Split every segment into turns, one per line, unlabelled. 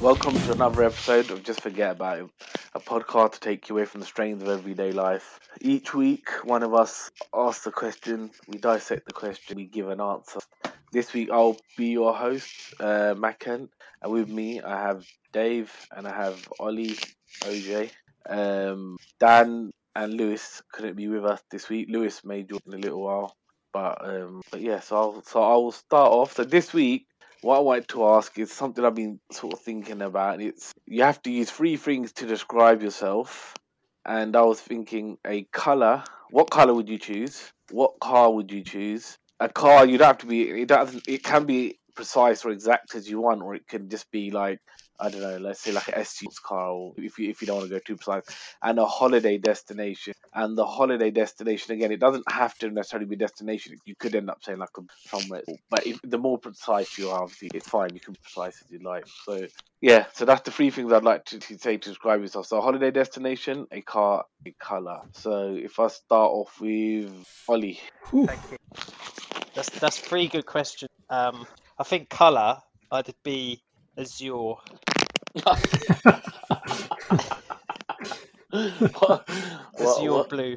Welcome to another episode of Just Forget About Him, a podcast to take you away from the strains of everyday life. Each week, one of us asks a question, we dissect the question, we give an answer. This week, I'll be your host, uh, Macken, and with me, I have Dave and I have Ollie, OJ, um, Dan, and Lewis couldn't be with us this week. Lewis may join in a little while, but um, but yeah. So I'll, so I will start off. So this week, what I wanted to ask is something I've been sort of thinking about. and It's you have to use three things to describe yourself, and I was thinking a color. What color would you choose? What car would you choose? A car you don't have to be. It doesn't. It can be precise or exact as you want, or it can just be like I don't know. Let's say like an SUV car, or if you if you don't want to go too precise, and a holiday destination. And the holiday destination again, it doesn't have to necessarily be destination. You could end up saying like a- somewhere, but if, the more precise you are, obviously, it's fine. You can be precise as you like. So yeah, so that's the three things I'd like to, to say to describe yourself. So a holiday destination, a car, a color. So if I start off with Ollie,
That's that's three good questions. Um, I think color I'd be azure.
what,
Azure
what,
blue.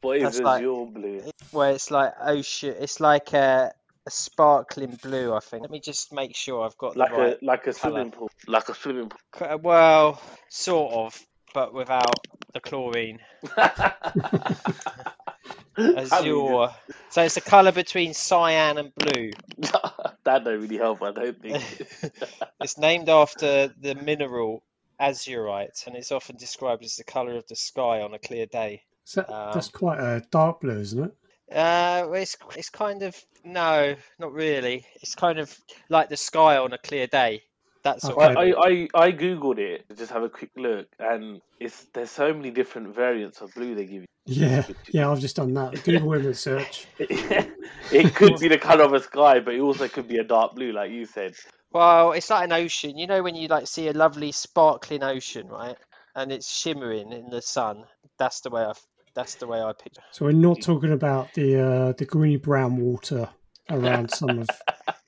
what is
that's
Azure
like-
blue?
Where it's like ocean it's like a, a sparkling blue, I think. Let me just make sure I've got
Like
the right
a like a
colour.
swimming pool, like a swimming pool.
C- uh, well, sort of, but without the chlorine.
I mean,
Azure. So it's a colour between cyan and blue.
that don't really help, I don't think.
It's named after the mineral azurite and it's often described as the colour of the sky on a clear day.
So
Um,
that's quite a dark blue, isn't it?
Uh, well, it's it's kind of no, not really. It's kind of like the sky on a clear day. That sort
Okay.
of.
I, I, I googled it to just have a quick look, and it's there's so many different variants of blue they give you.
Yeah, yeah. I've just done that. Google image search.
it could be the color of a sky, but it also could be a dark blue, like you said.
Well, it's like an ocean. You know when you like see a lovely sparkling ocean, right? And it's shimmering in the sun. That's the way I. That's the way I picture.
So we're not talking about the uh, the greeny brown water around some of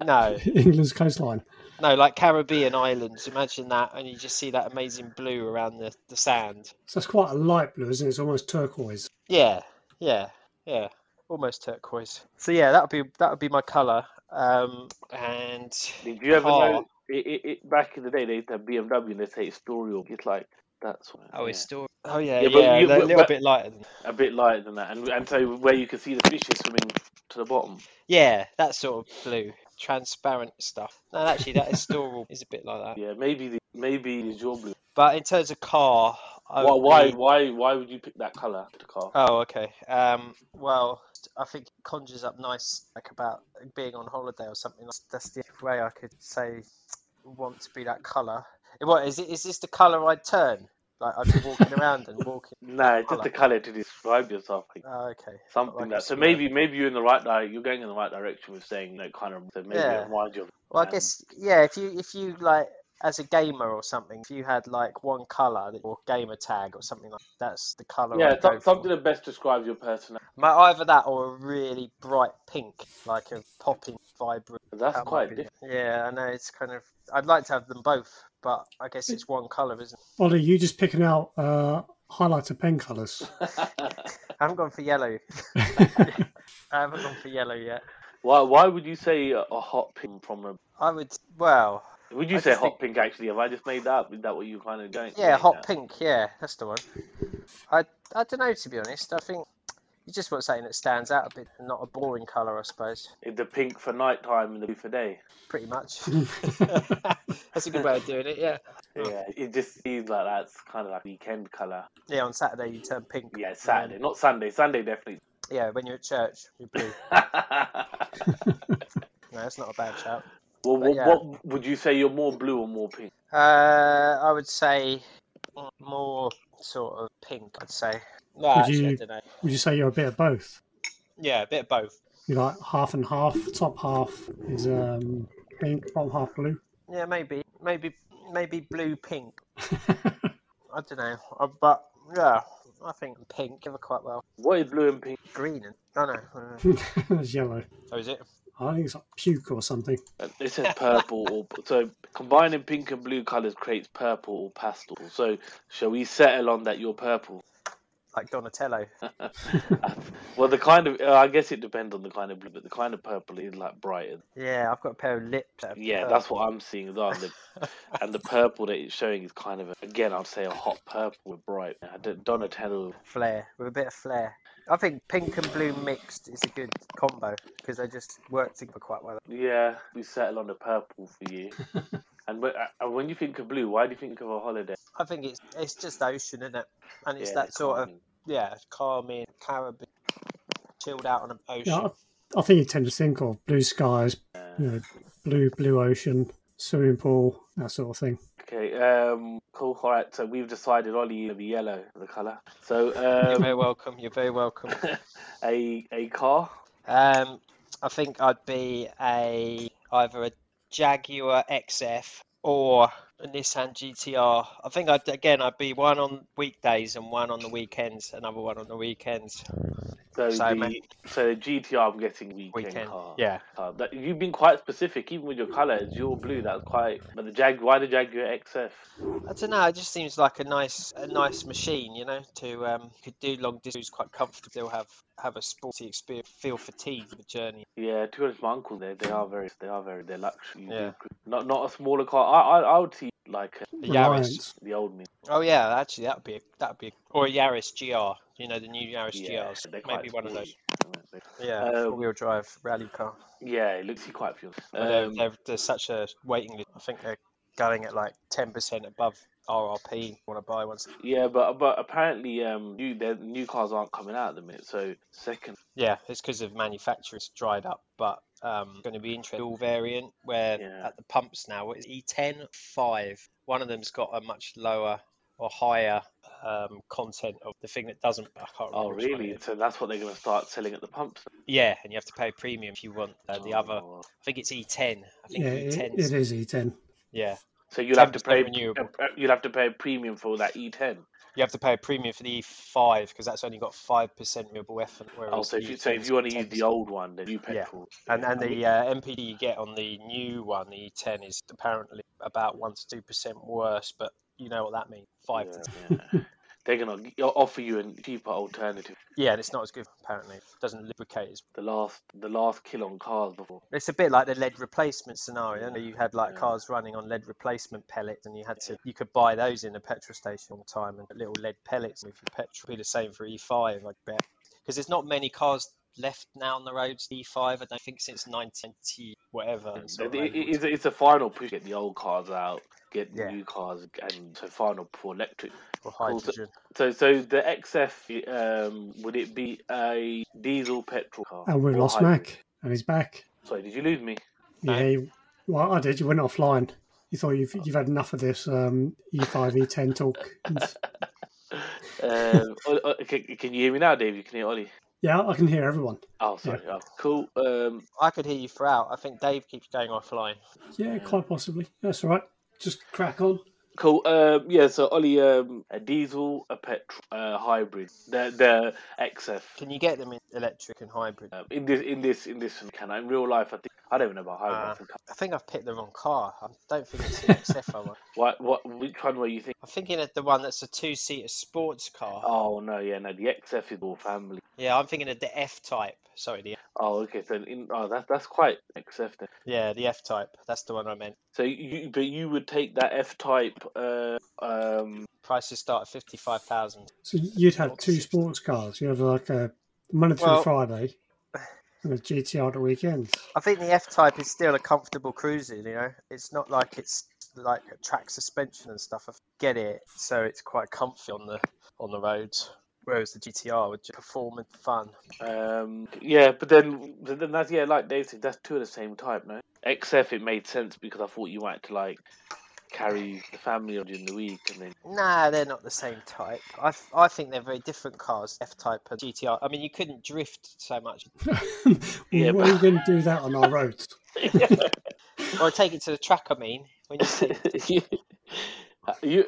No,
England's coastline.
no, like Caribbean islands. Imagine that, and you just see that amazing blue around the the sand.
So that's quite a light blue, isn't it? It's almost turquoise.
Yeah, yeah, yeah. Almost turquoise. So yeah, that would be that would be my color. Um, and
Did you ever
Car.
know? It, it, it, back in the day, they used to have BMW and they say it's story. It's like that's what-
Oh,
yeah,
it's still. Oh yeah,
Yeah,
yeah,
but you-
they're a
but-
little
but-
bit lighter than.
a bit lighter than that, and and so where you can see the fishes swimming to the bottom.
Yeah, that sort of blue, transparent stuff. No, actually, that is still is a bit like that.
Yeah, maybe the, maybe it's your blue.
But in terms of car, I
Why,
would
why
be-
why why would you pick that color? The car.
Oh, okay. Um, well, I think it conjures up nice, like about being on holiday or something. That's, that's the way I could say want to be that colour. What is it? Is this the colour I'd turn? Like I'd be walking around and walking.
No, it's just
Colour.
the color to describe yourself. I
Oh, okay.
something
Like a
that so
square.
maybe maybe you're in the right di- you're going in the right direction with saying that kind of so maybe
Yeah.
it reminds you of
Well, I
Um,
guess yeah. If you if you like as a gamer or something, if you had like one color or gamer tag or something like that's the color.
yeah
I'd
so-
go
something
For.
that best describes your personality
Ma- Either that or a really bright pink, like a popping, vibrant.
'Cause that's
that might
quite
be-
different
Yeah, I know it's kind of. I'd like to have them both, but I guess it's one color, isn't it?
Ollie, you just picking out uh, highlighter pen colours.
I haven't gone for yellow. I haven't gone for yellow yet.
why why would you say a a hot pink from a
I would. Well,
would you
I
say
just
hot pink actually have i just made that up is that what you kind of going
Yeah,
going
hot
at?
pink. Yeah, that's the one. I I don't know to be honest. I think you just want something that stands out a bit, and not a boring color, I suppose.
Is the pink for nighttime and the blue for day
Pretty much. that's a good way of doing it. Yeah. Oh.
yeah it just seems like that's kind of like weekend color
Yeah. On Saturday you turn pink.
yeah
and
saturday
then-
not sunday sunday definitely
yeah, when you're at church, you're blue. No, that's not a bad shout.
well
But
what,
yeah.
what would you say you're more blue or more pink
Uh, I would say more sort of pink. I'd say. No,
Would
actually, I
you-
don't know.
Would you say you're a bit of both?
Yeah, a bit of both.
You're like half and half. Top half is um, pink, bottom half blue.
Yeah, maybe, maybe, maybe blue pink. I don't know, uh, but yeah, I think pink give it quite well.
what is blue and pink
Green and oh no, uh,
That's yellow.
oh is it?
I think it's like puke or something.
Uh, It says purple or so combining pink and blue colours creates purple or pastel. So shall we settle on that you're purple?
like Donatello.
well, the kind of uh, I guess it depends on the kind of blue, but the kind of purple is like brighter.
Yeah, I've got a pair of lips. that are
Yeah,
purple.
that's what I'm seeing as well. And the, and the purple that it's showing is kind of a, again I'd say a hot purple with bright. I don't- Donatello.
flair with a bit of flair. I think pink and blue mixed is a good combo because they just work together quite well.
Yeah, we settle on the purple for you. and, when, and when you think of blue, why do you think of a holiday?
I think it's it's just ocean, isn't it? And it's
Yeah,
that sort of
calming.
yeah, calming, Caribbean, chilled out on an ocean.
Yeah, I, I think you tend to think of blue skies, you know, blue blue ocean, swimming pool, that sort of thing.
Okay, um, cool. All right, so we've decided Ollie will be yellow, the color. So,
You're
um,
very welcome. You're very welcome.
a a car.
Um, I think I'd be a either a Jaguar XF or a Nissan GTR. I think I'd again I'd be one on weekdays and one on the weekends, another one on the weekends.
So
So, man.
the so the GTR, I'm getting weekend,
Weekend,
car.
yeah.
Car. That, you've been quite specific, even with your colors. You're blue. That's quite. But the Jag, why the Jaguar XF?
I don't know. It just seems like a nice, a nice machine, you know. To um, you could do long distances quite comfortably. Still have have a sporty experience. Feel fatigued with the journey.
Yeah, to be honest, my uncle there, they are very, they are very, they're luxury.
Yeah.
Not not a smaller car. I I, I would see like uh,
The Yaris.
Reliance.
the old me.
Oh yeah, actually that'd be a, that'd be a, or a Yaris GR. You know the new Yaris GRs.
they're quite
Maybe one of those.
sporty, aren't they?
Yeah,
Um,
four-wheel drive rally car.
Yeah, it looks quite pure.
But
um,
they're, they're, they're such a waiting list. I think they're going at like ten percent above RRP. Want to buy ones?
Yeah, but but apparently, um, new their new cars aren't coming out at the minute. So second,
Yeah, it's because of manufacturers dried up, but um, going to be interesting. Dual variant where
Yeah.
at the pumps now what is E10 5. One of them's got a much lower or higher um, content of the thing that doesn't. I can't remember
oh
which one it
really?
is.
So that's what they're going to start selling at the pumps.
Yeah, and you have to pay premium if you want uh, the other.
Oh.
I think it's E10. I think
Yeah, it,
E10.
it is E10.
Yeah,
So you'll have to
10%
pay.
renewable.
You'll have to pay a premium for that E E10.
you have to pay a premium for the E5 because that's only got five percent renewable effort.
Oh,
whereas
so if you, so
E10
if
's
you
got
want to use the
10%.
old one, then you pay
Yeah.
for. it.
And and
I mean,
the uh, MPD you get on the new one, the E10, is apparently about one to two percent worse. But you know what that means? Five. Yeah.
yeah,
To,
yeah. They're gonna g- offer you a cheaper alternative.
yeah, and it's not as good. Apparently, it doesn't lubricate. As,
The last, the last kill on cars before.
it's a bit like the lead replacement scenario. isn't it? You had like
Yeah.
cars running on lead replacement pellets, and you had to you could buy those in a petrol station all the time, and little lead pellets with your petrol. Be the same for E5, I bet, because there's not many cars left now on the roads. E5, I don't think since 1990 whatever. it's sort
It-
of
it-
labelled.
it's, a- it's a final push. Get the old cars out. Get
Yeah.
new cars, and so final for electric.
Or
called-
hydrogen.
So, so the XF, um, would it be a diesel petrol car?
And we've
or
lost
hybrid?
Mac, and he's back.
Sorry, did you lose me?
Yeah, you- well, I did. You went offline. You thought you've you've had enough of this um, E5 E10 talk.
Um, o- o- can, can you hear me now, Dave? You can hear Ollie.
yeah, I can hear everyone.
Oh, sorry. Oh, cool. Um,
I could hear you throughout. I think Dave keeps going offline.
Yeah, quite possibly. That's all right. Just crack on.
cool. Um, yeah. So, Ollie, um, a diesel, a petrol, a hybrid. The the XF.
Can you get them in electric and hybrid?
Um, in this, in this, in this, can I? In real life, I think I don't even know about
Ah.
hybrids.
I think I've picked the wrong car. I don't think it's an XF one.
what, what, which one were you thinking?
I'm thinking of the one that's a two-seater sports car.
Oh no, yeah, no. The XF is all family.
Yeah, I'm thinking of the F type. Sorry, the
Oh, okay. So, in, oh, that's that's quite XF then.
yeah, the F type. That's the one I meant.
So you, but you would take that F type. Uh, um,
Prices start at fifty-five thousand.
So you'd have two sports cars. You have like a Monday through
Well-
Friday and a GTR at the weekend.
I think the F type is still a comfortable cruiser. You know, it's not like it's like a track suspension and stuff. I get it, so it's quite comfy on the on the roads. Whereas the GTR would just perform and fun.
um, yeah, but then, but then that's yeah, like Dave said, that's two of the same type, no? XF it made sense because I thought you wanted to like carry the family on during the week, and then
Nah, they're not the same type. I, th- I think they're very different cars, F Type and GTR. I mean, you couldn't drift so much.
Yeah,
what are you going to do that on our roads?
Or take it to the track, I mean. When you see,
uh, you,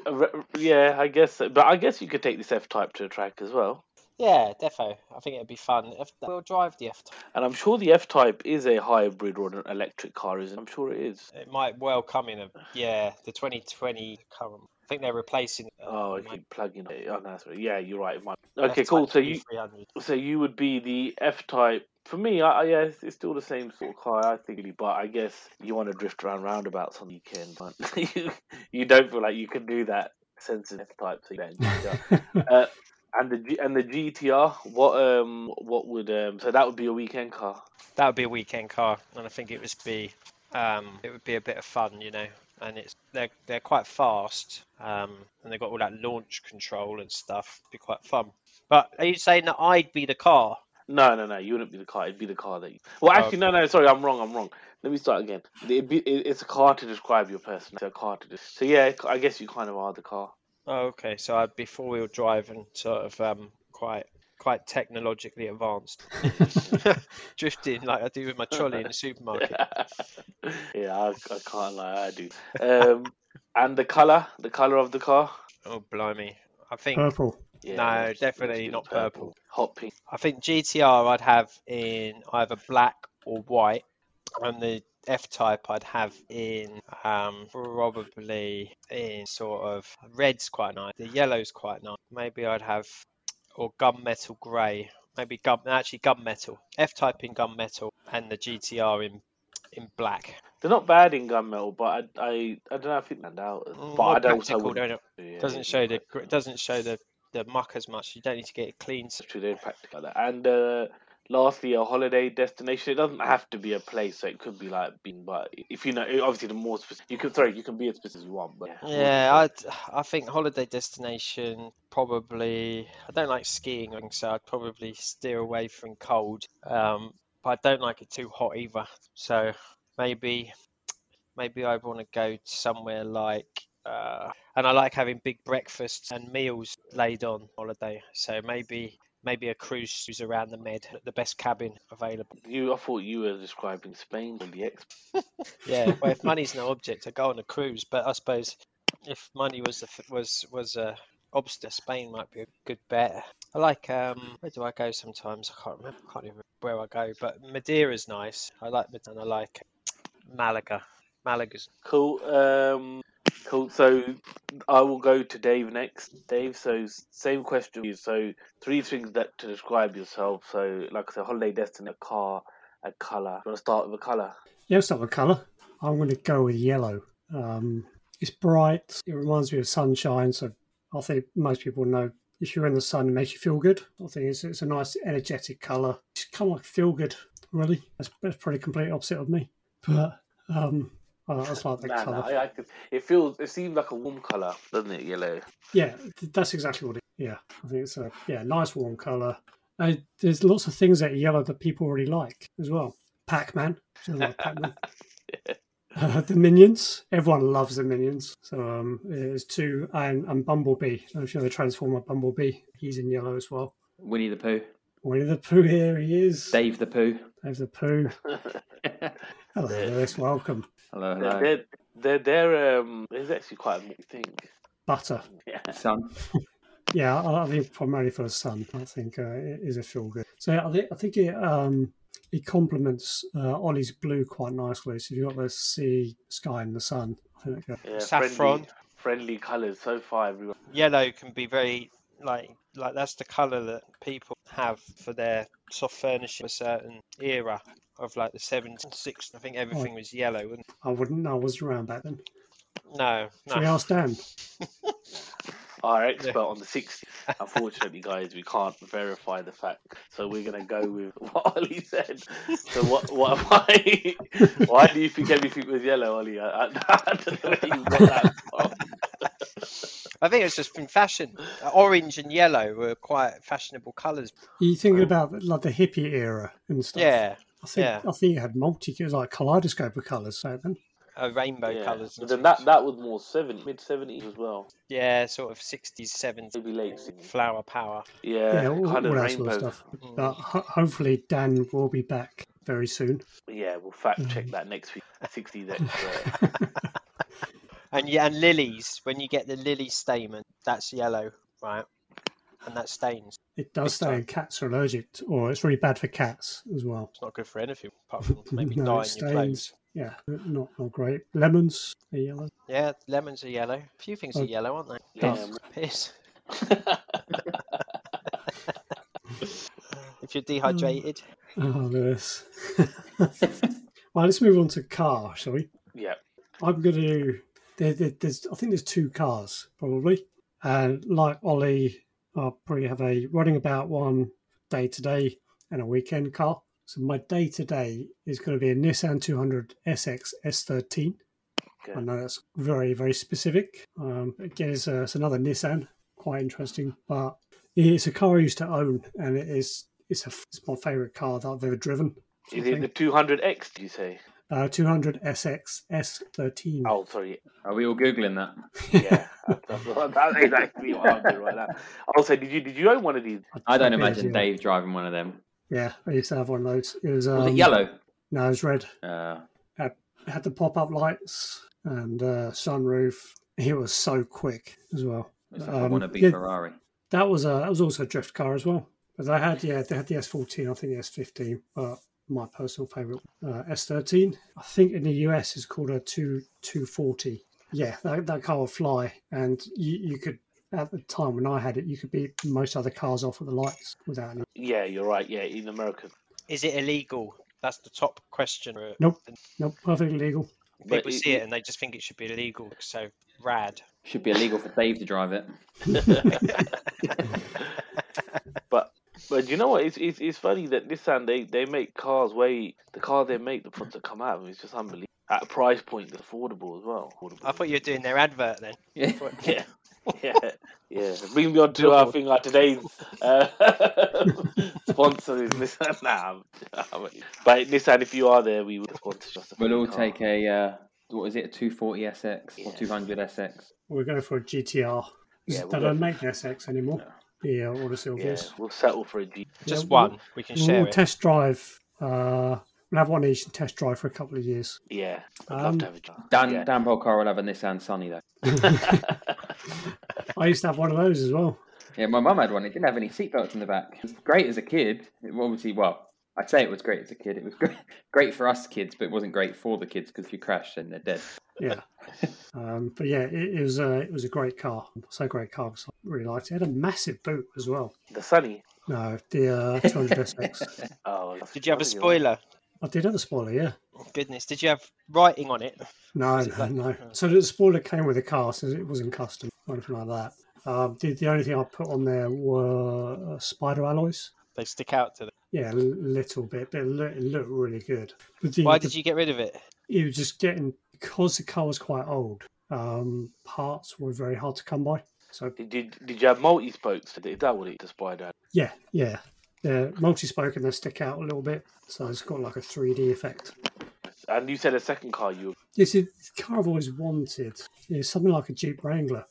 yeah, I guess, so. but I guess you could take this F type to a track as well.
Yeah, defo. I think it'd be fun. If we'll drive the F.
And I'm sure the F Type is a hybrid or an electric car, isn't it? I'm sure it is.
It might well come in a yeah, the 2020 current. I think they're replacing. uh,
Oh,
it
if
might
you
be
plug in. Oh, no, that's right. Yeah, you're right. it might- Okay,
F-Type
cool. So you
300.
so you would be the F Type. For me, I, I, yeah, it's, it's still the same sort of car, I think. really, But I guess you want to drift around roundabouts on the weekend, but you, you don't feel like you can do that sense of F Type. So you don't enjoy that. uh, and the G- and the GTR, what um what would um so that would be a weekend car.
that would be a weekend car, and I think it would be um, it would be a bit of fun, you know. And it's they're they're quite fast, um, and they've got all that launch control and stuff. It'd be quite fun. But are you saying that I'd be the car?
No, no, no. You wouldn't be the car. It'd be the car that. You... Well,
Oh,
actually, no, no. Sorry, I'm wrong. I'm wrong. Let me start again. It'd be, it, it's a car to describe your person. It's a car to. De- so yeah, I guess you kind of are the car.
Oh, okay, so I'd be four wheel drive and sort of um, quite quite technologically advanced, drifting like I do with my trolley in the supermarket.
yeah, I, I can't lie. I do. Um, and the color, the color of the car.
Oh blimey! I think
Purple.
Yeah,
No,
let's- let's
definitely
do
not purple.
Hot pink.
I think GTR I'd have in either black or white, and the F Type I'd have in um, probably in sort of red's quite nice. The yellow's quite nice. Maybe I'd have or gunmetal grey. Maybe gum actually gunmetal. F Type in gunmetal and the GTR in in black.
They're not bad in gunmetal, but I, I, I don't know if it stand out. But
More
I don't. I
practical,
wouldn't-
don't it?
yeah,
Doesn't
it's
show the
quite-
gr- doesn't show the the muck as much. You don't need to get it cleaned.
It's true, they're practical. like that. And uh, lastly, a holiday destination. It doesn't have to be a place. So it could be like being, but if you know, obviously, the more specific, you can. Sorry, you can be as specific as you want. But
Yeah, I I think holiday destination probably. I don't like skiing, and so I'd probably steer away from cold. Um, but I don't like it too hot either. So maybe maybe I'd want to go to somewhere like. Uh, and I like having big breakfasts and meals laid on holiday. So maybe maybe a cruise is around the Med, the best cabin available.
you, I thought you were describing Spain or the exp.
Yeah, well, if money's no object, I go on a cruise. But I suppose if money was a f was was a obstacle, Spain might be a good bet. I like um, where do I go sometimes? I can't remember. I can't even remember where I go. But Madeira's nice. I like Madeira. and I like Malaga. Malaga's
Cool. Um, cool. So I will go to Dave next. Dave. So s- same question. for you. So three things that to describe yourself. So like I said, holiday destination, a car, a color. You want to start with a color?
Yeah, it's not a colour. I'm going to go with yellow. Um, it's bright. It reminds me of sunshine. So I think most people know if you're in the sun, it makes you feel good. I think it's, it's a nice, energetic colour. It's kind of like feel good, really. That's, that's probably complete opposite of me. But um, I just like the
Nah, nah,
colour.
I, I could, it feels. It seems like a warm color, doesn't it? Yellow.
Yeah, th- that's exactly what it. Yeah, I think it's a yeah nice warm color. I, there's lots of things that are yellow that people really like as well. Pac-Man, so I like Pac-Man. Uh, the Minions, everyone loves the Minions. So um, there's two and, and Bumblebee. I'm sure the Transformer Bumblebee. He's in yellow as well.
Winnie the Pooh.
Winnie the Pooh here he is.
Dave the Pooh.
There's the Pooh. Hello,
There.
Lewis. Welcome.
Hello,
They're,
hello.
they're, they're, they're um. It's actually quite a big thing.
Butter.
Yeah.
Son.
Yeah, I I think primarily for the sun, I think uh, it is a feel good. So I, thi- I think it um, it complements uh, Ollie's blue quite nicely. So you've got the sea, sky, and the sun. I think that
yeah
Saffron.
Friendly, friendly colors so far, everyone.
yellow can be very like like that's the color that people have for their soft furnishing of a certain era of like the 76 I think everything was yellow wasn't it?
I wouldn't know. I was around back then.
no no
Should we ask Dan?
Our expert on the 60s. Unfortunately, guys, we can't verify the fact, so we're gonna go with what Ollie said. So what? What am I? Why do you think everything was yellow, Ollie? I, I, I don't know where you got that from.
I think it's just from fashion. Uh, Orange and yellow were quite fashionable colours.
Are you thinking about like the hippie era and stuff?
Yeah,
I think
yeah.
I think you had multi, it was like kaleidoscope of colours back then.
uh, rainbow
Yeah.
colours.
But
And
then that
things.
that was more 70, mid 70s as well,
Yeah, sort of 60s, 70s.
maybe late 60s.
Flower power.
Yeah,
yeah, all, all
kind of
that
rainbow.
sort of stuff.
Mm.
But ho- hopefully Dan will be back very soon.
Yeah, we'll fact
Mm.
check that next week. 60s expert.
And yeah, and lilies. When you get the lily stamen, that's yellow, right? and that stains.
It does
Big
stay, and cats are allergic, to, or it's really bad for cats as well.
It's not good for anything apart from maybe
No,
dyeing
it
your clothes.
stains. Yeah, not not great. Lemons are yellow.
Yeah, lemons are yellow. A few things
Oh.
are yellow, aren't they?
Yeah.
Piss.
Mm.
If you're dehydrated,
Oh, this. well, let's move on to car, shall we?
yeah.
I'm going to. There, there, there's, I think there's two cars probably, and like Ollie, I'll probably have a running about one day to day and a weekend car. So my day to day is going to be a Nissan 200 SX S13.
Okay.
I know that's very very specific. Um, again, it's, a, it's another Nissan, quite interesting, but it's a car I used to own, and it is it's a it's my favourite car that I've ever driven.
Is it the 200X, did you say?
Uh, 200 SX S13.
Oh, sorry.
Are we all googling that?
Yeah. That's- that's what- that's exactly what I'm doing right now. Also, did you did you own one of these?
I don't
Yeah,
imagine
yeah.
Dave driving one of them.
Yeah, I used to have one of those. It was, um,
Was it yellow?
No, it was red.
Uh,
It had the pop up lights and uh, sunroof. It was so quick as well.
it's like a
Um,
wannabe
yeah.
Ferrari.
That was a that was also a drift car as well. But they had yeah they had the S14 I think the S15 but my personal favorite uh, S13 I think in the US is called a two 240. Yeah, that, that car would fly, and you, you could at the time when I had it, you could beat most other cars off at the lights without any.
Yeah, you're right. Yeah, in America.
is it illegal? That's the top question. for-
Nope. Nope, perfectly legal.
But
People
it-
see it and they just think it should be illegal. So rad.
Should be illegal for Dave to drive it.
but but you know what? It's it's, it's funny that Nissan they, they make cars way the car they make
Mm.
the products that come out of them is just unbelievable at a price point that's affordable as well. Affordable.
I thought you were doing their advert then.
Yeah.
yeah. Yeah, yeah. Bring me on to our thing like today's uh, sponsor is Nissan. Nah, I'm- I'm- but Nissan, if you are there, we will sponsor us.
We'll all take a uh, what is it, a 240 SX or
Yeah.
200 SX?
We're going for a GTR.
Yeah,
they
we'll
don't
go-
make the SX anymore. Yeah, or the
Yeah,
Silvias.
we'll settle for a G.
Just
Yeah, we'll-
one. We can share
We'll
it.
test drive. Uh, we'll have one each and test drive for a couple of years.
Yeah, I'd love
Um,
to have a G.
Dan
Yeah.
Dan Polcar will have a Nissan Sunny though.
I used to have one of those as well.
Yeah, my mum had one. It didn't have any seatbelts in the back. It was great as a kid. It obviously, well, I'd say it was great as a kid. It was great, great for us kids, but it wasn't great for the kids because if you crash, then they're dead.
Yeah. Um, but yeah, it, it was a it was a great car. So great car, 'cause I really liked it. It had a massive boot as well.
The Sunny.
No, the uh, 200 SX.
Oh,
Did you have a
that's good.
spoiler?
I did have a spoiler, yeah.
Goodness, did you have writing on it?
No,
Is it
no,
like-
no.
oh.
So the spoiler came with a car, so it wasn't custom or anything like that. Um, the, the only thing I put on there were uh, spider alloys.
They stick out to them.
Yeah, a little bit, but it looked, it looked really good. But the,
Why
the
did you get rid of it?
it was just getting because the car was quite old. Um, parts were very hard to come by. So
Did, did, did you have multi spokes? Is that what it the spider?
yeah, yeah, they're multi-spoke and they stick out a little bit. So it's got like a three D effect.
And you said a second car you
It's a car I've always wanted. It's something like a Jeep Wrangler.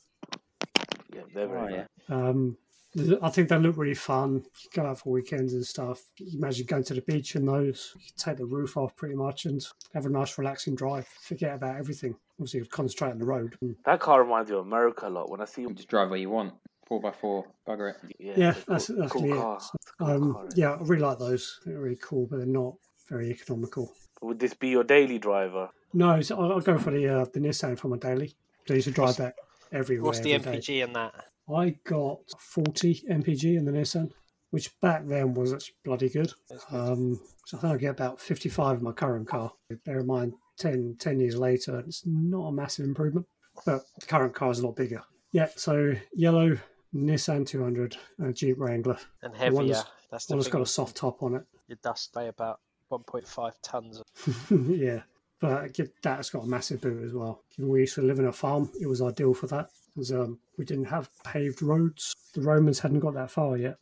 yeah, they're very
Oh,
nice.
yeah.
Um, th- I think they look really fun. You go out for weekends and stuff. You imagine going to the beach in those. You can take the roof off pretty much and have a nice relaxing drive. Forget about everything. Obviously, you concentrate on the road.
Mm,
That car reminds me of America a lot. When I see
You can just drive where you want. Four by four, bugger it.
yeah,
Yeah,
it's a
that's- that's
cool
really it.
car. It's a cool car,
Um,
isn't it?
yeah, I really like those. They're really cool, but they're not very economical.
Would this be your daily driver?
No, so I'll, I'll go for the uh, the Nissan for my daily. I used to drive that everywhere.
What's the
every day.
MPG on that?
I got 40 MPG in the Nissan, which back then was actually bloody good. Um, so I think I get about 55 in my current car. Bear in mind, 10, 10 years later, it's not a massive improvement, but the current car is a lot bigger. Yeah, so yellow Nissan 200 uh, Jeep Wrangler.
And
The one
heavier.
that's-
That's the
Well,
one
it's
thing.
got a soft top on it.
Your dust weigh about 1.5 tons.
yeah, but get- that's got a massive boot as well. Given we used to live in a farm, it was ideal for that. 'cause, um, we didn't have paved roads. The Romans hadn't got that far yet.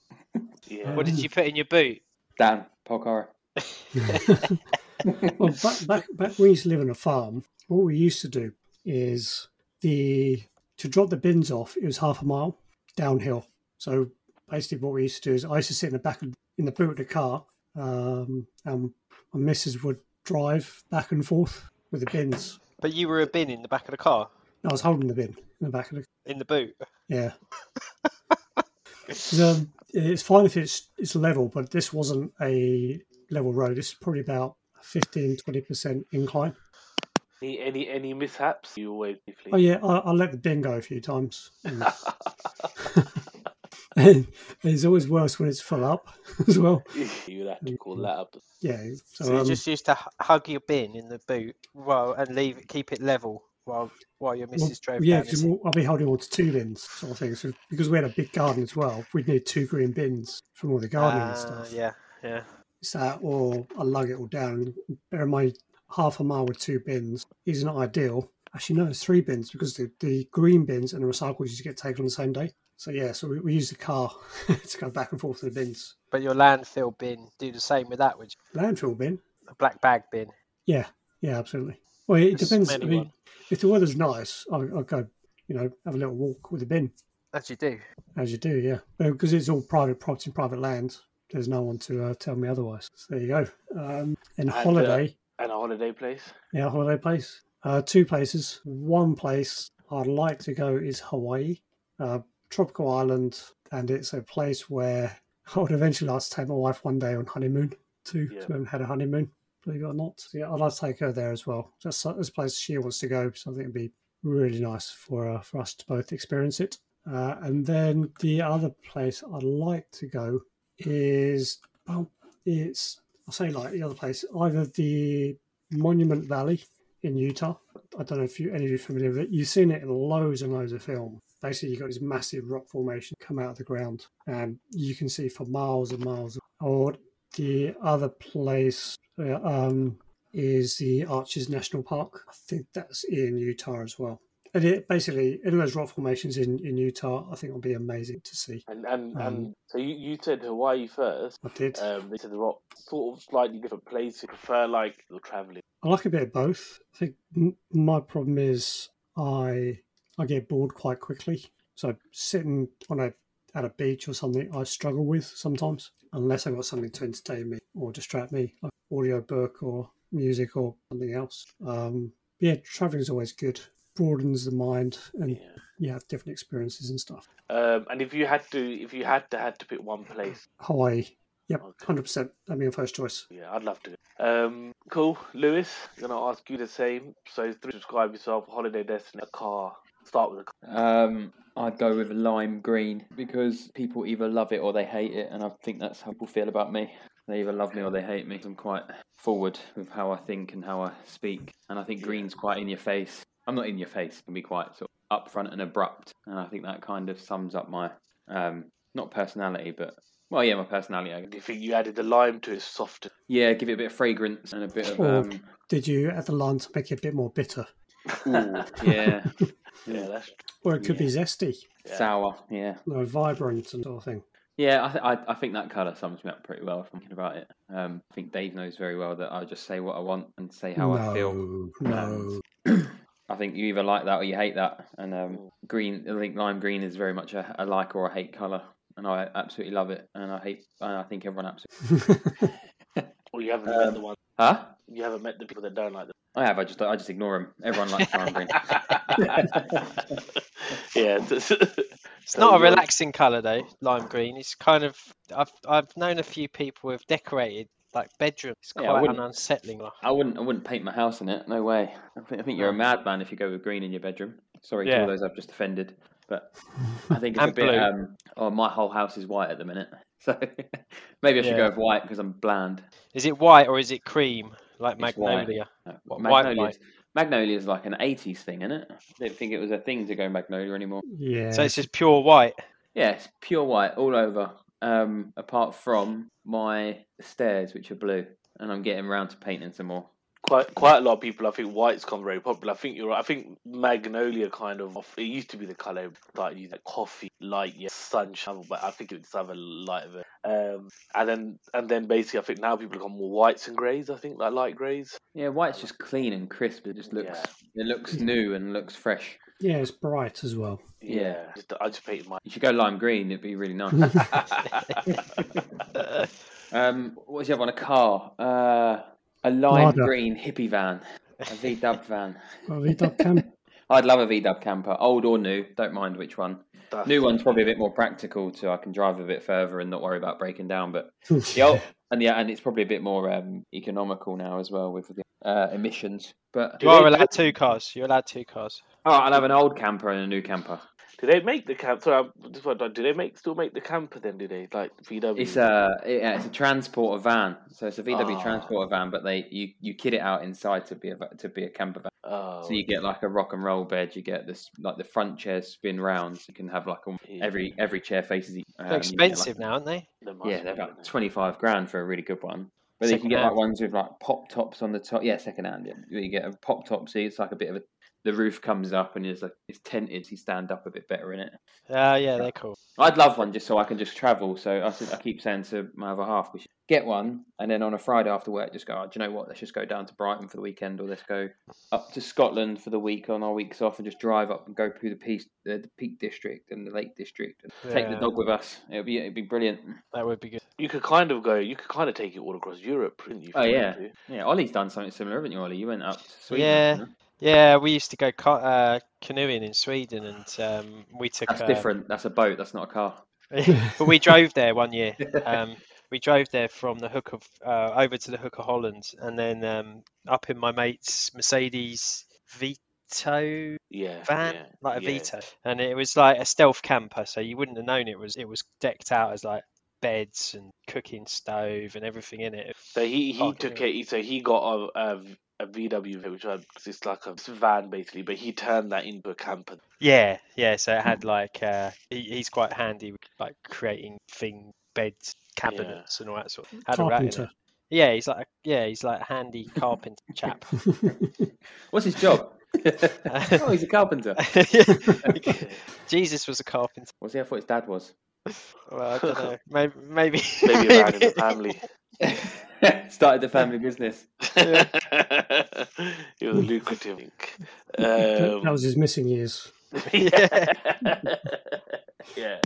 Yeah.
What did you put in your boot?
Dan Polcar.
Well, back, back, back when we used to live on a farm, what we used to do is the to drop the bins off. It was half a mile downhill. So basically, what we used to do is I used to sit in the back of, in the boot of the car, um, and my missus would drive back and forth with the bins.
But you were a bin in the back of the car,
I was holding the bin in the back of the
in the boot.
yeah. It's, um, it's fine if it's it's level, but this wasn't a level road. This is probably about 15 20 percent incline.
Any any, any mishaps? You always
Oh yeah, I, I let the bin go a few times. And it's always worse when it's full up as well.
You'd have to call that up.
Yeah. So,
So you
um,
just used to h- hug your bin in the boot while and leave it, keep it level while while your
well,
missus drove
yeah,
down.
because I'll be holding on to two bins, sort of thing. So because we had a big garden as well, we'd need two green bins from all the gardening
Ah,
and stuff.
Yeah, yeah.
It's that, or I lug it all down. Bear in mind, half a mile with two bins is not ideal. Actually, no, it's three bins because the, the green bins and the recyclables used to get taken on the same day. So yeah, so we, we used the car to go back and forth to the bins.
But your landfill bin do the same with that, which
Landfill bin.
a black bag bin.
Yeah, yeah, absolutely. Well, it
Just
depends. I
smelly
mean,
one.
if the weather's nice, I'll, I'll go, you know, have a little walk with a bin,
As you do.
as you do, yeah. Because it's all private property, private land. There's no one to uh, tell me otherwise. So there you go. Um, and
uh,
holiday,
And a holiday place.
yeah, holiday place. Uh, two places. One place I'd like to go is Hawaii, uh, tropical island, and it's a place where I would eventually like to take my wife one day on honeymoon too.
Yeah.
So we haven't had a honeymoon, believe it or not. So, yeah, I'd like to take her there as well. Just so- this place she wants to go, so I think it'd be really nice for uh, for us to both experience it. Uh, and then the other place I'd like to go is well, it's I'll say like the other place, either the Monument Valley in Utah. I don't know if you, any of you are familiar with it. You've seen it in loads and loads of film. Basically, you've got this massive rock formation come out of the ground, and you can see for miles and miles. Or the other place uh, um, is the Arches National Park. I think that's in Utah as well. And it basically, any of those rock formations in, in Utah, I think will be amazing to see.
And and,
Um,
and so you, you said Hawaii first.
I did.
Um, they said the rock sort of slightly different place. You prefer like you're traveling.
I like a bit of both. I think m- my problem is I I get bored quite quickly. So sitting on a at a beach or something, I struggle with sometimes unless I've got something to entertain me or distract me, like audio book or music or something else. Um, yeah, traveling is always good. Broadens the mind and
Yeah.
you have different experiences and stuff.
Um, and if you had to, if you had to, had to pick one place,
Hawaii, yep,
Okay.
hundred percent. That'd be my first choice.
yeah, I'd love to. Um, cool, Lewis. Gonna ask you the same. So, three, subscribe yourself. Holiday destination, a car. Start with a car.
Um, I'd go with lime green because people either love it or they hate it, and I think that's how people feel about me. They either love me or they hate me. I'm quite forward with how I think and how I speak, and I think green's quite in your face. I'm not in your face; it can be quite sort of upfront and abrupt, and I think that kind of sums up my um, not personality, but well, yeah, my personality. I guess.
Do you think you added the lime to it softer?
Yeah, give it a bit of fragrance and a bit of
Oh.
um,
Did you add the lime to make it a bit more bitter,
ooh, yeah,
Yeah, that's
or it could be zesty,
Yeah.
sour, yeah.
or vibrant and sort of thing?
Yeah, I, th- I I think that colour sums me up pretty well. if I'm Thinking about it, um, I think Dave knows very well that I just say what I want and say how I feel.
No,
I think you either like that or you hate that. And um, green, I think lime green is very much a, a like or a hate colour, and I absolutely love it. And I hate, and I think everyone absolutely.
Or you haven't met the one.
Huh?
You haven't met the people that don't like them.
I have. I just I just ignore them. Everyone likes lime green.
yeah. it's-
It's
So
not a
yours-
relaxing colour though, lime green. It's kind of I've I've known a few people who've decorated like bedrooms. It's
Yeah, I
quite an
wouldn't-
unsettling look.
I wouldn't. I wouldn't paint my house in it. No way. I think, I think you're a madman if you go with green in your bedroom. Sorry to
Yeah.
all those I've just offended, but I think it's a
And
bit.
blue.
Um, oh, my whole house is white at the minute, so maybe I should
Yeah.
go with white because I'm bland.
Is it white or is it cream like
It's white.
magnolia?
No,
What, white,
Magnolia. is- Uh, Magnolia is like an '80s thing, isn't it? I didn't think it was a thing to go magnolia anymore.
yeah.
So it's just pure white.
Yeah, it's pure white all over, um, apart from my stairs, which are blue, and I'm getting round to painting some more.
quite quite a lot of people. I think white's gone very popular. I think you're right. I think magnolia kind of it used to be the color like you like coffee, light, yeah, sunshine, but I think it's other light of it. Um, and then and then basically, I think now people have got more whites and greys. I think like light greys.
Yeah, white's just clean and crisp. It just looks. It looks new and looks fresh.
yeah, it's bright as well.
Yeah.
Just, I just painted mine.
You should go lime green. It'd be really nice.
Uh,
um, what was the other one? A car. Uh, a lime
Lada.
green hippie van. A V dub van.
Well, the dog can
I'd love a VW camper, old or new, don't mind which one.
That's-
New one's probably a bit more practical, so I can drive a bit further and not worry about breaking down. But the old and yeah, and it's probably a bit more um, economical now as well with the uh, emissions. But
You are allowed two cars. You're allowed two cars.
oh, I'll have an old camper and a new camper.
Do they make the camp? Sorry, I'm, just wondering, do they make still make the camper? Then do they like VW?
It's uh, a yeah, it's a transporter van, so it's a VW
Ah.
transporter van, but they you, you kit it out inside to be a va- to be a camper van.
oh,
So you get like a rock and roll bed. You get this like the front chairs spin round. So you can have like a,
Yeah.
every every chair faces. each- Uh,
They're
and you get, like,
expensive now, aren't they?
they're much
Yeah, they're
better
about
than-
twenty five grand for a really good one. But you can get like
Secondhand.
ones with like pop tops on the top. Yeah, second hand. Yeah. You get a pop top seat. It's like a bit of a. The roof comes up and it's like it's tented. so You stand up a bit better in it.
Ah, yeah, they're cool.
I'd love one just so I can just travel. So I, said, I keep saying to my other half, we should get one, and then on a Friday after work, just go. Oh, do you know what? Let's just go down to Brighton for the weekend, or let's go up to Scotland for the week on our weeks off, and just drive up and go through the peak, the, the Peak District and the Lake District, and take the
Yeah.
dog with us. It'd be it'd be brilliant.
That would be good.
You could kind of go. You could kind of take it all across Europe, couldn't you? if
Oh,
you
yeah.
wanted to?
Yeah, Ollie's done something similar, haven't you, Ollie? You went up to Sweden.
Yeah.
didn't you?
Yeah, we used to go ca- uh, canoeing in Sweden, and um, we took.
that's
uh,
different. That's a boat. That's not a car.
but we drove there one year. Um, we drove there from the Hook of uh, over to the Hook of Holland, and then um, up in my mate's Mercedes Vito
Yeah.
van,
yeah,
like a
yeah.
Vito, and it was like a stealth camper, so you wouldn't have known it was. It was decked out as like beds and cooking stove and everything in it.
So he he
Oh,
took
yeah.
it. So he got a. a a VW, which I, it's like a van basically, but he turned that into a camper.
Yeah, yeah. So it
Hmm.
had like uh, he, he's quite handy, with, like creating thing beds, cabinets, and all that sort. Of, had a rat in it.
Carpenter.
Yeah, he's like a, yeah, he's like a handy carpenter chap.
What's his job? oh, he's a carpenter.
Jesus was a carpenter.
Was he? I thought his dad was.
Well, I don't know. Maybe maybe
Maybe a van in the family.
Started the family business.
it was lucrative.
That-
Um,
that was his missing years.
yeah. yeah.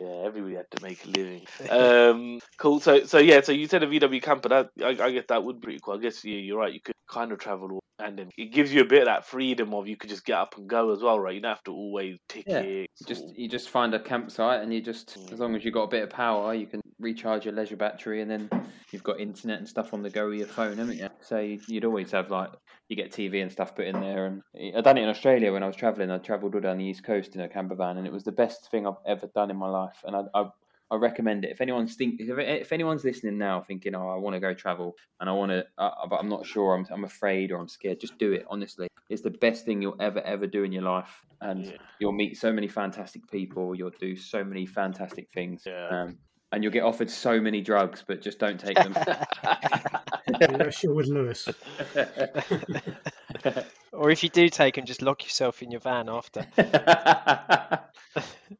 Yeah, everybody had to make a living. Um, cool. So, so yeah. So you said a VW camper. That I, I guess that would be pretty cool. I guess yeah, you're right. You could kind of travel, all- and then it gives you a bit of that freedom of you could just get up and go as well, right? You don't have to always ticket.
You Just you just find a campsite and you just as long as you've got a bit of power, you can recharge your leisure battery and then you've got internet and stuff on the go with your phone, haven't you? So you- you'd always have like you get TV and stuff put in there. And I done it in Australia when I was traveling. I travelled all down the east coast in a camper van, and it was the best thing I've ever done in my life. And I, I, I recommend it. If anyone's think, if, if anyone's listening now, thinking, "Oh, I want to go travel and I want to," uh, but I'm not sure, I'm, I'm afraid or I'm scared, just do it. Honestly, it's the best thing you'll ever ever do in your life, and
Yeah.
you'll meet so many fantastic people. You'll do so many fantastic things.
Yeah.
Um, and you'll get offered so many drugs, but just don't take them.
Yeah, sure with Lewis.
or if you do take him, just lock yourself in your van after.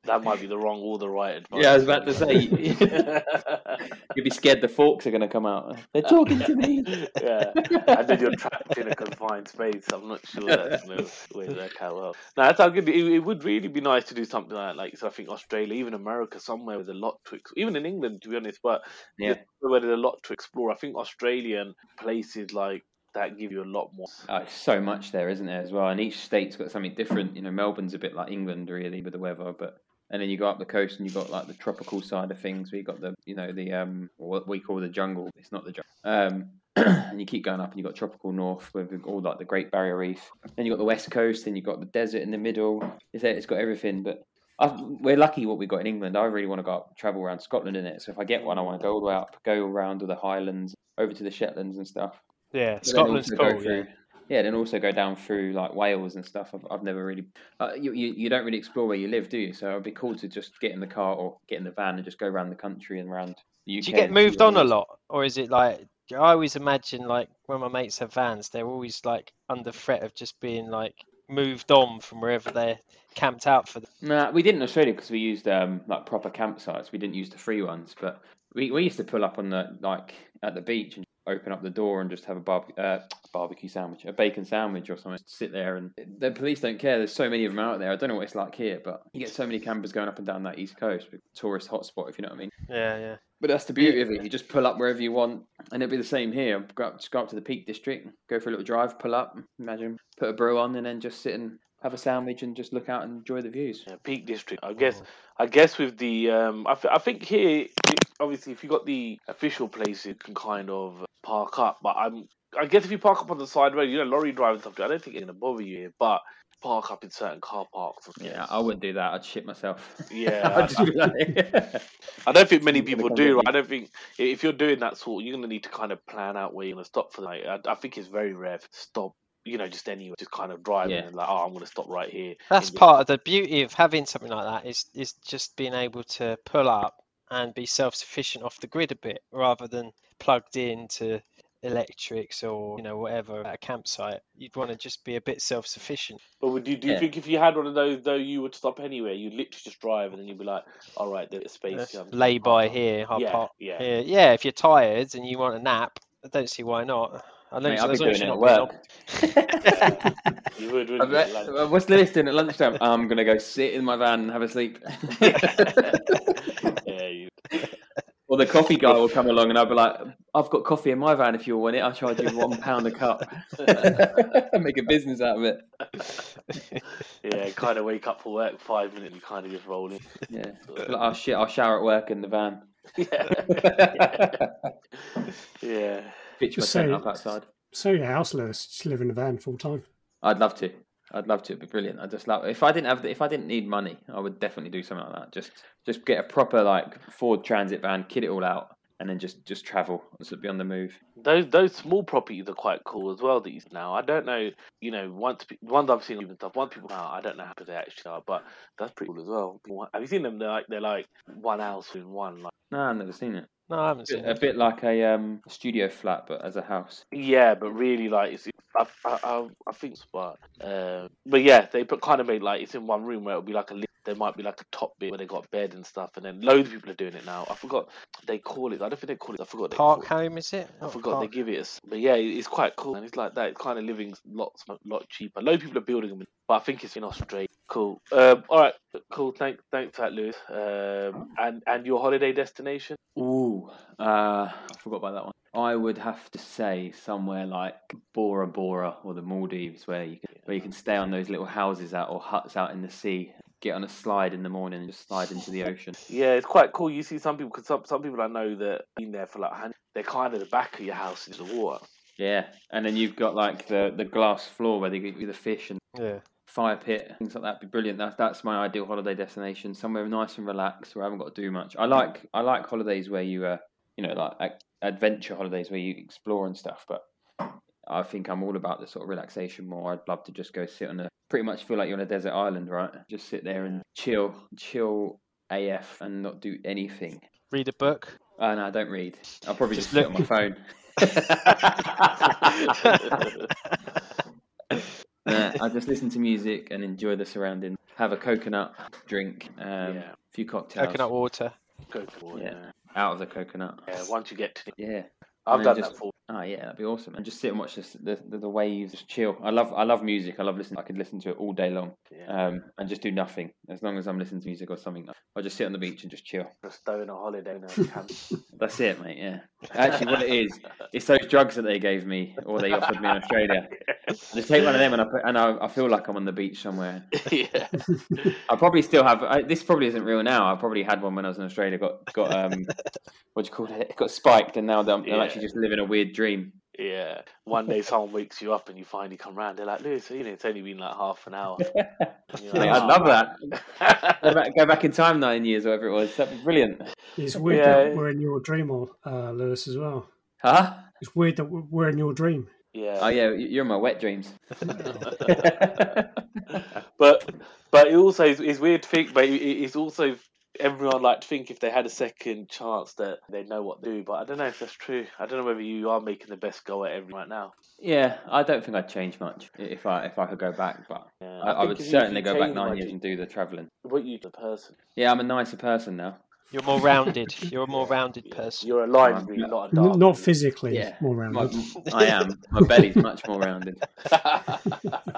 That might be the wrong or the right advice.
Yeah, I was about to say. You'd be scared the forks are going to come out. They're talking to me.
yeah, and then you're trapped in a confined space. I'm not sure that's going to work out well. No, that's how good it, it would really be nice to do something like that. Like, so I think Australia, even America, somewhere with a lot to ex- even in England, to be honest, but
Yeah.
where there's a lot to explore. I think Australian places like that give you a lot more.
Oh, it's so much there, isn't there, as well? And each state's got something different. You know, Melbourne's a bit like England, really, with the weather. But and then you go up the coast and you've got like the tropical side of things. Where you got the, you know, the um, what we call the jungle. It's not the jungle. Um, and you keep going up and you've got tropical north with all like the Great Barrier Reef. Then you've got the west coast. Then you've got the desert in the middle. It's there. It's got everything. But i we're lucky what we got in England. I really want to go up, travel around Scotland in it. So if I get one, I want to go all the way up, go around all the Highlands, over to the Shetlands and stuff.
Yeah,
But then
Scotland's
also go
cool. Yeah.
through- yeah, then also go down through like Wales and stuff. I've, I've never really, uh, you, you you don't really explore where you live, do you? So it'd be cool to just get in the car or get in the van and just go around the country and around the UK.
Do you get
and see
moved
where
on a
it is.
lot, or is it like? I always imagine like when my mates have vans, they're always like under threat of just being like moved on from wherever they're camped out for. The...
Nah, we didn't in Australia because we used um like proper campsites. We didn't use the free ones, but we, we used to pull up on the like at the beach and open up the door and just have a barb- uh, barbecue sandwich, a bacon sandwich or something. Just sit there and the police don't care. There's so many of them out there. I don't know what it's like here, but you get so many campers going up and down that east coast, tourist hotspot, if you know what I mean.
Yeah, yeah.
But that's the beauty of it. You just pull up wherever you want, and it'll be the same here. Go up, just go up to the Peak District, go for a little drive, pull up, imagine, put a brew on, and then just sit and have a sandwich and just look out and enjoy the views.
Yeah, Peak District. I guess.
Oh.
I guess with the. Um, I, th- I think here, it- obviously, if you got the official place, you can kind of park up. But I'm. I guess if you park up on the side road, you know, lorry drivers and stuff. I don't think it's gonna bother you here, but park up in certain car parks. and
Yeah,
things.
I wouldn't do that. I'd shit myself.
Yeah,
I'd just be like,
I don't think many
You're gonna
people
come
do.
with
I don't think i- if you're doing that sort, you're gonna need to kind of plan out where you're gonna stop for the night. I, I think it's very rare. to Stop, you know, just anywhere, just kind of driving
Yeah.
and like, oh, I'm gonna stop right here.
That's
in this-
part of the beauty of having something like that is is just being able to pull up and be self-sufficient off the grid a bit rather than plugged into electrics or you know whatever at a campsite. You'd want to just be a bit self-sufficient.
But would you do you
Yeah.
think if you had one of those though, you would stop anywhere? You'd literally just drive and then you'd be like, all right, there's space.
Let's
here, I'm just
lay
gonna park
by
up."
here, hop
Yeah,
up
yeah.
here. Yeah, if you're tired and you want a nap, I don't see why not. I
Mate, I'll be
as long as
doing it
you're
at
not
work.
being
You would,
I
wouldn't you?
bet-
Like-
well, what's the list doing at lunchtime? I'm gonna go sit in my van and have a sleep.
yeah, you,
or the coffee guy will come along and I'll be like, I've got coffee in my van. If you want it, I'll charge you one pound a cup. Make a business out of it.
ob-
yeah, kind of wake up for work five minutes and kind of just roll in.
Yeah. Like, oh shit! I'll shower at work in the van.
yeah. yeah.
Pitch my
Just say-
tent up outside.
So your house, Lewis, just live in a van full time.
I'd love to. I'd love to. It'd be brilliant. I just love if I didn't have the, if I didn't need money, I would definitely do something like that. Just just get a proper like Ford Transit van, kit it all out, and then just just travel. Just be on the move.
Those those small properties are quite cool as well. These now I don't know, you know, once pe- ones I've seen and stuff. Once people now I don't know how they actually are, but that's pretty cool as well. People- Have you seen them? They're like they're like one house in one. Like
No, I've never seen it.
no, I haven't seen
A
it.
bit like a um, studio flat, but as a house.
yeah, but really like it's. it's- I, I, I, I think spot, um, but yeah, they put kind of made like it's in one room where it'll be like a. li- There might be like a top bit where they got a bed and stuff, and then loads of people are doing it now. I forgot they call it. I don't think they call it. I forgot they call
Park
it.
home is it?
I
Not
forgot
park-
they give it us, but yeah, it- it's quite cool and it's like that. It's kind of living lots, lot cheaper. A lot of people are building them, but I think it's in Australia. Cool. Um, all right, cool. Thanks, thanks for that, Lewis. Um, and and your holiday destination?
Ooh, uh, I forgot about that one. I would have to say somewhere like Bora Bora or the Maldives, where you can, where you can stay on those little houses out or huts out in the sea, get on a slide in the morning and just slide into the ocean.
Yeah, it's quite cool. You see some people because some some people I know that been there for like hun- they're kind of the back of your house is the water.
Yeah, and then you've got like the, the glass floor where they give you the fish and
Yeah.
fire pit, things like that. Be brilliant. That's that's my ideal holiday destination. Somewhere nice and relaxed where I haven't got to do much. I like I like holidays where you uh you know like ac- adventure holidays where you explore and stuff. But I think I'm all about the sort of relaxation more. I'd love to just go sit on a pretty much feel like you're on a desert island, right? Just sit there and chill, chill AF, and not do anything.
Read a book.
Uh, no, I don't read. I'll probably
Just
just, sit on my
look.
phone. Nah, I just listen to music and enjoy the surroundings. Have a coconut drink, um,
Yeah.
a few cocktails
Coconut water.
Go to water. Yeah.
Yeah. out of the coconut.
once you get to,
Yeah.
I've
then
done
just-
that for.
Oh yeah, that'd be awesome. And just sit and watch this, the, the the waves, just chill. I love I love music. I love listening. I could listen to it all day long,
Yeah.
um, and just do nothing as long as I'm listening to music or something. I'll just sit on the beach and just chill.
Just throwing a holiday now. camp.
That's it, mate. Yeah. Actually, what it is, it's those drugs that they gave me or they offered me in Australia. I just take one of them and I put, and I, I feel like I'm on the beach somewhere.
yeah.
I probably still have. I, this probably isn't real now. I probably had one when I was in Australia. Got got um, what do you call it? Got spiked, and now that I'm,
Yeah.
I'm actually just living a weird dream.
Yeah. One day someone wakes you up and you finally come round. They're like, Lewis, you know, it's only been like half an hour. And you're like,
Mate, I'd love that.
"Ah."
Go back, go back in time nine years or whatever it was. That'd be brilliant.
It's weird
Yeah.
that we're in your dream, or uh, Lewis, as well.
Huh?
It's weird that we're we're in your dream.
Oh
yeah.
yeah, y- you're in my wet dreams.
But but it also is, it's weird to think, but it, it's also everyone like to think if they had a second chance that they know what to do. But I don't know if that's true. I don't know whether you are making the best go at every right now.
yeah, I don't think I'd change much i- if I if I could go back, but
Yeah.
I, I,
think
would
if you- if
certainly
you
go back
change,
nine
like,
years and do the travelling.
What you the person?
Yeah, I'm a nicer person now.
You're more rounded. You're a more rounded person.
You're a light
Um,
green, not a
N-
dark. green.
Not physically,
Yeah.
more
My,
rounded.
I am. My belly's much more rounded.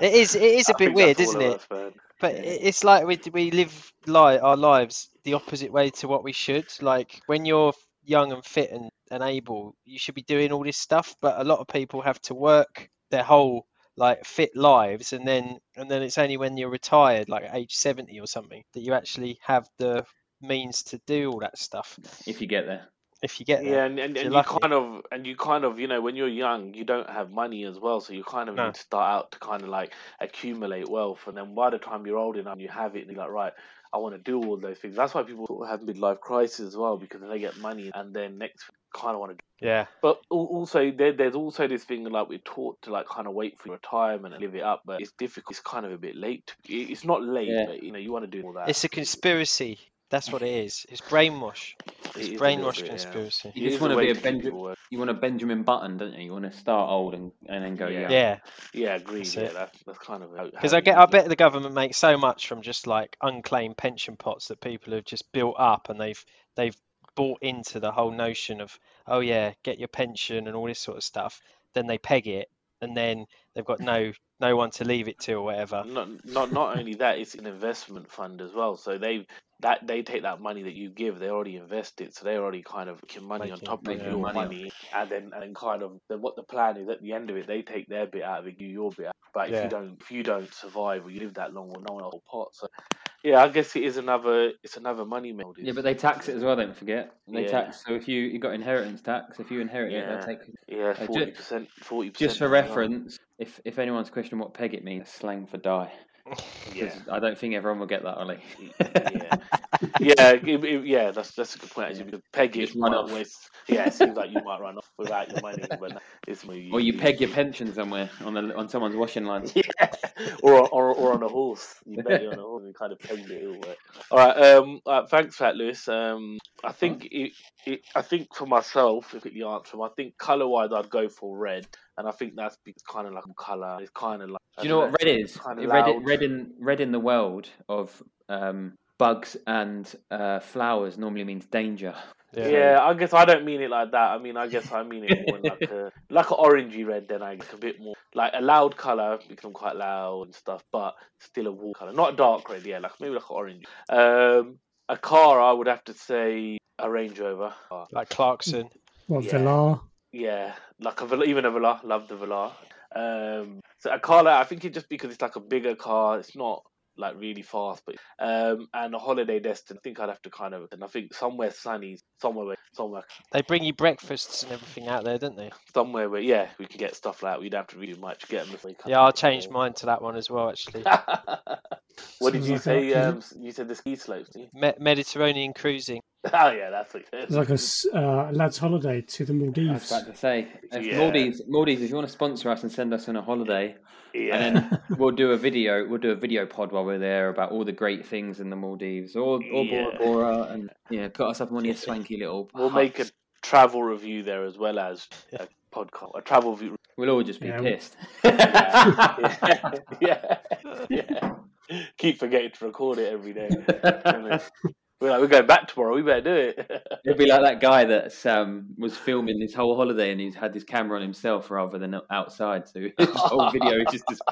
It is. It is a
I think that's
bit weird,
all of
isn't it?
us, man.
But
Yeah.
it- it's like we we live li- our lives the opposite way to what we should. Like when you're young and fit and, and able, you should be doing all this stuff. But a lot of people have to work their whole like fit lives and then and then it's only when you're retired like at age 70 or something that you actually have the means to do all that stuff
if you get there.
if you get there.
Yeah, and, and,
You're
and you
lucky.
kind of and you kind of you know when you're young you don't have money as well, so you kind of
No.
need to start out to kind of like accumulate wealth, and then by the time you're old enough you have it, and you're like right. I want to do all those things. That's why people sort of have midlife crisis as well because they get money and then next kind of want to.
yeah
But al- also there, there's also this thing like we're taught to like kind of wait for retirement and live it up, but it's difficult. It's kind of a bit late. to- it- It's not late,
Yeah.
but you know you want to do all that.
it's a conspiracy that's what it is it's brainwash
It
it's
is a little
brainwash
bit, yeah.
conspiracy
You
It
just
is
want to
way
be a
to keep
Benja-
people working.
You want a Benjamin Button, don't you? You want to start old and, and then go
Yeah.
young.
yeah
Yeah, agreed.
That's
yeah,
it.
that's, that's kind of how-
Because
how
I
it
get,
is,
I
yeah.
bet the government makes so much from just like unclaimed pension pots that people have just built up, and they've they've bought into the whole notion of, oh yeah, get your pension and all this sort of stuff. Then they peg it, and then they've got no no one to leave it to or whatever.
Not, not not only that, it's an investment fund as well. So they that they take that money that you give, they already invest it, so they're already kind of making money
Making-
on top of
making
your
money.
money, and then and then kind of then what the plan is at the end of it, they take their bit out of it, you your bit. Out. But if
Yeah.
you don't if you don't survive or you live that long, well, no one else will pot. So yeah, I guess it is another it's another money mill.
Yeah, but they tax it as well. Don't forget they
Yeah.
tax. So if you you got inheritance tax, if you inherit it,
Yeah.
they take
yeah
ju-
forty percent forty percent.
Just for reference, if if anyone's questioning what peg it means, slang for die.
yeah.
'Cause I don't think everyone will get that, Ollie.
yeah, yeah, it- it- yeah. That's that's a good point actually. Because peg it
Just run
might
off.
waste- Yeah, it seems like you might run off without your money, but no, it's more
Or you peg your pension somewhere on the on someone's washing line.
Yeah, or, or or on a horse. You bet you on a horse and kind of pegged it. It'll work. All right. Um. all right, thanks for that, Lewis. Um. I think it, it. I think for myself, if it the answer, I think color wise, I'd go for red, and I think that's kind of like color. It's kind of like.
Do you know what red is?
Kind of
Red,
loud.
red in red in the world of um, bugs and uh, flowers normally means danger.
Yeah. I guess I don't mean it like that. I mean, I guess I mean it more in like a like an orangey red. Then I guess a bit more like a loud color because I'm quite loud and stuff, but still a warm color, not a dark red. Yeah, like maybe like an orange. Um, a car, I would have to say a Range Rover. Uh,
Like Clarkson,
What
Yeah.
Villar?
Yeah, like a Vel- even a Velar. Love the Velar. Um, so a car, like, I think it's just because it's like a bigger car. It's not like really fast, but um, and a holiday destination. I think I'd have to kind of, and I think somewhere sunny, somewhere where- somewhere
they bring you breakfasts and everything out there, don't they?
somewhere where yeah we can get stuff like that. we don't have to read much get them if they come
Yeah, I
out
changed
before.
mine to that one as well, actually.
what did
Sounds
you
like
say
a-
um, you said the ski slopes didn't
Me- Mediterranean cruising.
you? oh yeah that's what it
It's
is.
like a s- uh, lad's holiday to the
I was
Maldives.
about to say, if
Yeah.
Maldives, Maldives, if you want to sponsor us and send us on a holiday,
yeah
and then we'll do a video, we'll do a video pod while we're there about all the great things in the Maldives, or or
Yeah.
Bora Bora, and yeah, put us up on one of your swanky little.
we'll make a
huts.
travel review there as well as a podcast a travel review
We'll all just be
Yeah, we-
pissed.
yeah. yeah. yeah keep forgetting to record it every day And then we're like we're going back tomorrow we better do it
It'd be like that guy that um, was filming his whole holiday and he's had his camera on himself rather than outside. So his whole video is just just,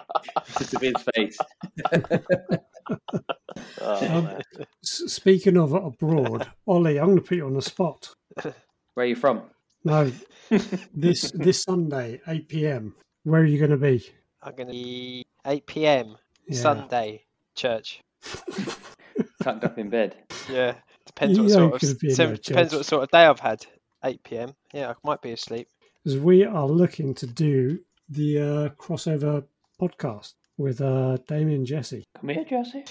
just of his face.
oh,
Um,
man.
S- Speaking of abroad, Ollie, I'm going to put you on the spot.
Where are you from?
No, this this Sunday, 8 p.m. Where are you going to be?
I'm gonna be 8 p.m.
Yeah.
Sunday church.
Tucked up in bed.
Yeah, depends what
Yeah, you
sort
could
of
have been
so-
there,
depends
George.
what sort of day I've had. 8 p.m. Yeah, I might be asleep.
Because we are looking to do the uh, crossover podcast with uh, Damien and Jesse.
Come here, Jesse.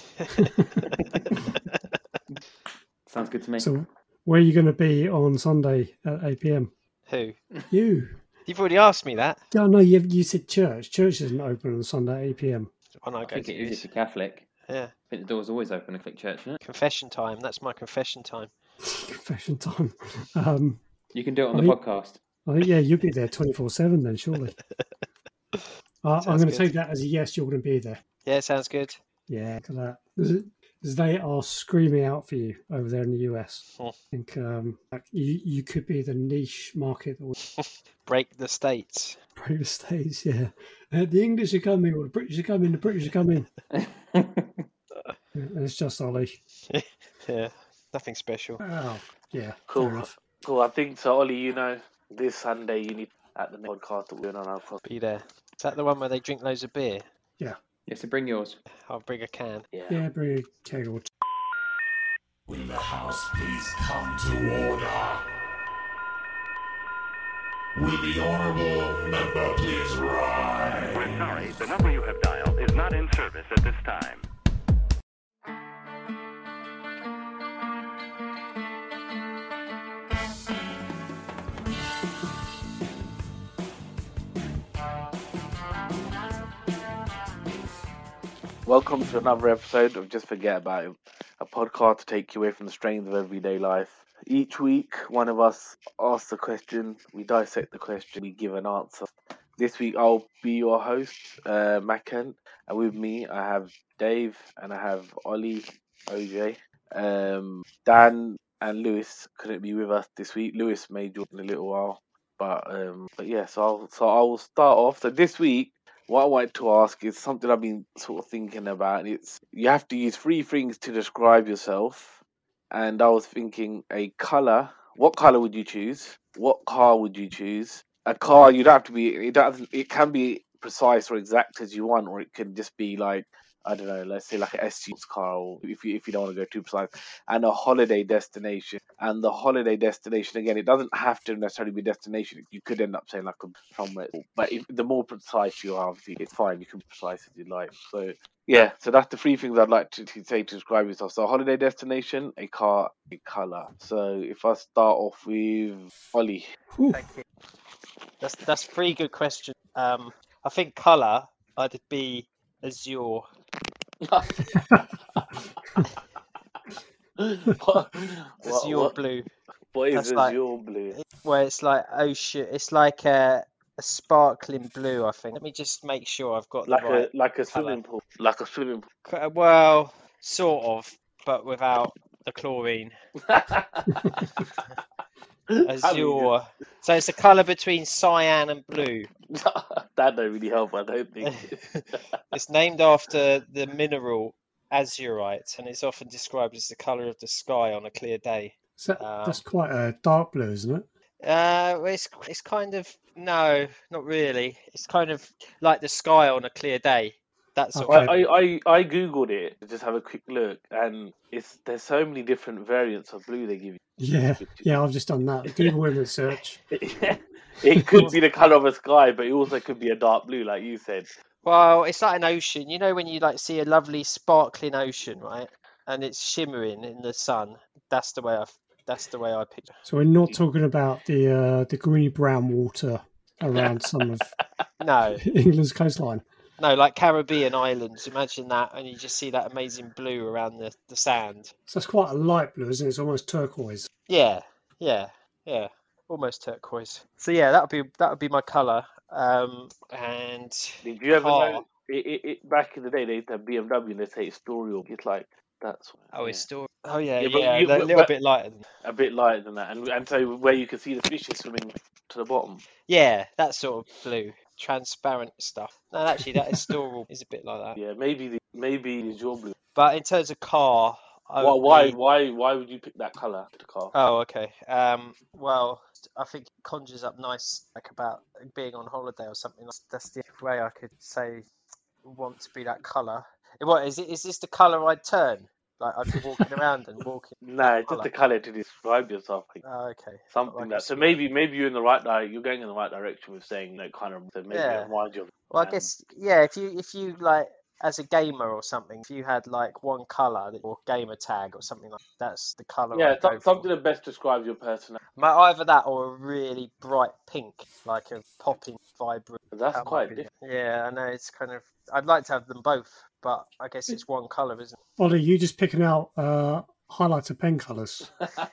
Sounds good to me.
So, where are you going to be on Sunday at 8 p.m.?
Who?
You.
You've already asked me that.
Yeah, no, you, you said church. Church isn't open on Sunday at 8 p.m.
Oh, no,
I
go
think
to
it is
this.
if you're Catholic.
Yeah,
I think the door's always open if it's church, isn't it?
confession time. That's my confession time.
Confession time. Um,
You can do it on
I
the
think-
podcast.
I think, yeah, you'll be there 24 7 then, surely. I I'm
Sounds
going to
good.
take that as a yes, you're going to be there.
Yeah, sounds good.
Yeah, look at that. 'Cause- 'cause They are screaming out for you over there in the US.
Hmm.
I think um, like you, you could be the niche market that would
Break the states.
break the states. Yeah, Uh, the English are coming, or the British are coming, the British are coming. And it's just Ollie.
Yeah, nothing special.
Wow. Yeah.
Cool.
Fair enough.
cool i think so ollie you know this sunday you need at the podcast that we're doing on our cross
Be there. that the one where they drink loads of beer?
Yeah, so bring yours.
I'll bring a can.
Yeah, bring a keg or two.
Will the house please come to order? Will the honorable member please rise?
We're sorry, the number you have dialed is not in service at this time.
Welcome to another episode of Just Forget About It, a podcast to take you away from the strains of everyday life. Each week, one of us asks a question, we dissect the question, we give an answer. This week, I'll be your host, uh, Macken, and with me, I have Dave and I have Ollie, OJ, um, Dan, and Lewis couldn't be with us this week. Lewis may join in a little while, but um, but yeah, so I'll, so I will start off. So this week, what I wanted to ask is something I've been sort of thinking about. and It's you have to use three things to describe yourself, and I was thinking a color. What color would you choose? What car would you choose? A car you don't have to be. It doesn't. It can be precise or exact as you want, or it can just be like I don't know. Let's say like an SUV car, or if you if you don't want to go too precise, and a holiday destination. And the holiday destination again, it doesn't have to necessarily be destination. You could end up saying like a, somewhere, but if, the more precise you are, obviously, it's fine. You can be precise as you like. So yeah, so that's the three things I'd like to, to say to describe yourself. So a holiday destination, a car, a color. So if I start off with Ollie,
Whew.
Thank you. That's that's three good questions. Um, I think color I'd be azure.
what?
Azure
what-
blue.
what is
That's
Azure
like-
blue?
where it's like ocean. It's like a, a sparkling blue. I think. Let me just make sure I've got
Like
the right.
a like a
colour.
swimming pool, like a swimming pool.
c- uh, Well, sort of, but without the chlorine. Azure. So it's a color between cyan and blue.
that don't really help. I don't think.
It's named after the mineral azurite, and it's often described as the color of the sky on a clear day.
So
Um,
uh, that's quite a dark blue, isn't it?
Uh, well, it's it's kind of no, not really. It's kind of like the sky on a clear day. That sort
Okay.
of
I, I, I, I googled it to just have a quick look, and it's there's so many different variants of blue they give
Yeah,
you.
yeah. I've just done that. Google image search.
it could be the color of a sky, but it also could be a dark blue, like you said.
Well, it's like an ocean. You know when you like see a lovely sparkling ocean, right? And it's shimmering in the sun. That's the way I. That's the way I picture.
So we're not talking about the uh, the greeny brown water around some of
No,
England's coastline.
no, like Caribbean islands. Imagine that, and you just see that amazing blue around the the sand.
So that's quite a light blue, isn't it? It's almost turquoise.
Yeah, yeah, yeah. Almost turquoise. So yeah, that would be that would be my color. Um, and
Did you ever
car.
know? It, it, it, back in the day, they used to have BMW and they say it's story. It's like that's
oh,
yeah,
it's still. Oh yeah,
Yeah, but
yeah.
you-
they're a
but-
little
but-
bit lighter than.
a bit lighter than that, and and so where you can see the fishes swimming to the bottom.
Yeah, that sort of blue, transparent stuff. No, actually, that is still is a bit like that.
Yeah, maybe the, maybe it's your blue.
But in terms of car, I
Why
would
why
be-
why why would you pick that color? The car.
Oh, okay. Um, well, I think it conjures up nice like about being on holiday or something. That's, that's the way I could say want to be that color. What is it? Is this the color I'd turn? Like I'd be walking around and walking.
No, it's just
colour.
the color to describe yourself. Like,
Oh, okay.
something
like a
that so
square.
maybe maybe you're in the right di- you're going in the right direction with saying that kind of so maybe
Yeah.
it reminds you of
Well, I
Um,
guess yeah. If you if you like as a gamer or something, if you had like one color or gamer tag or something like that's the color.
yeah
I'd
so-
go for.
something that best describes your personality
Ma- Either that or a really bright pink, like a popping, vibrant.
that's
that might
quite
be-
different
Yeah, I know it's kind of. I'd like to have them both, but I guess it's one color, isn't it?
Ollie, you just picking out uh, highlighter pen colours.
I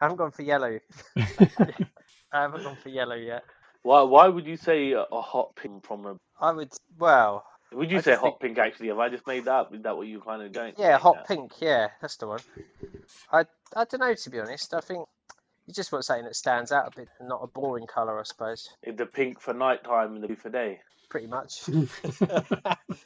haven't gone for yellow. I haven't gone for yellow yet.
why why would you say a, a hot pink from a
I would. Well,
would you
I
say
just
hot
think-
pink actually have i just made that up is that what you kind of going
yeah,
like
hot
that?
pink. Yeah, that's the one. I I don't know to be honest. I think you just want something that stands out a bit, and not a boring color, I suppose.
Is the pink for nighttime and the blue for day
Pretty much.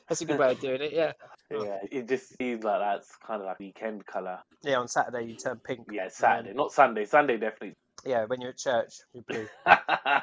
that's a good way of doing it. Yeah. Yeah.
yeah it just seems like that's kind of like weekend color
Yeah. On Saturday you turn pink.
yeah saturday not sunday sunday definitely
Yeah. When you're at church, you're blue.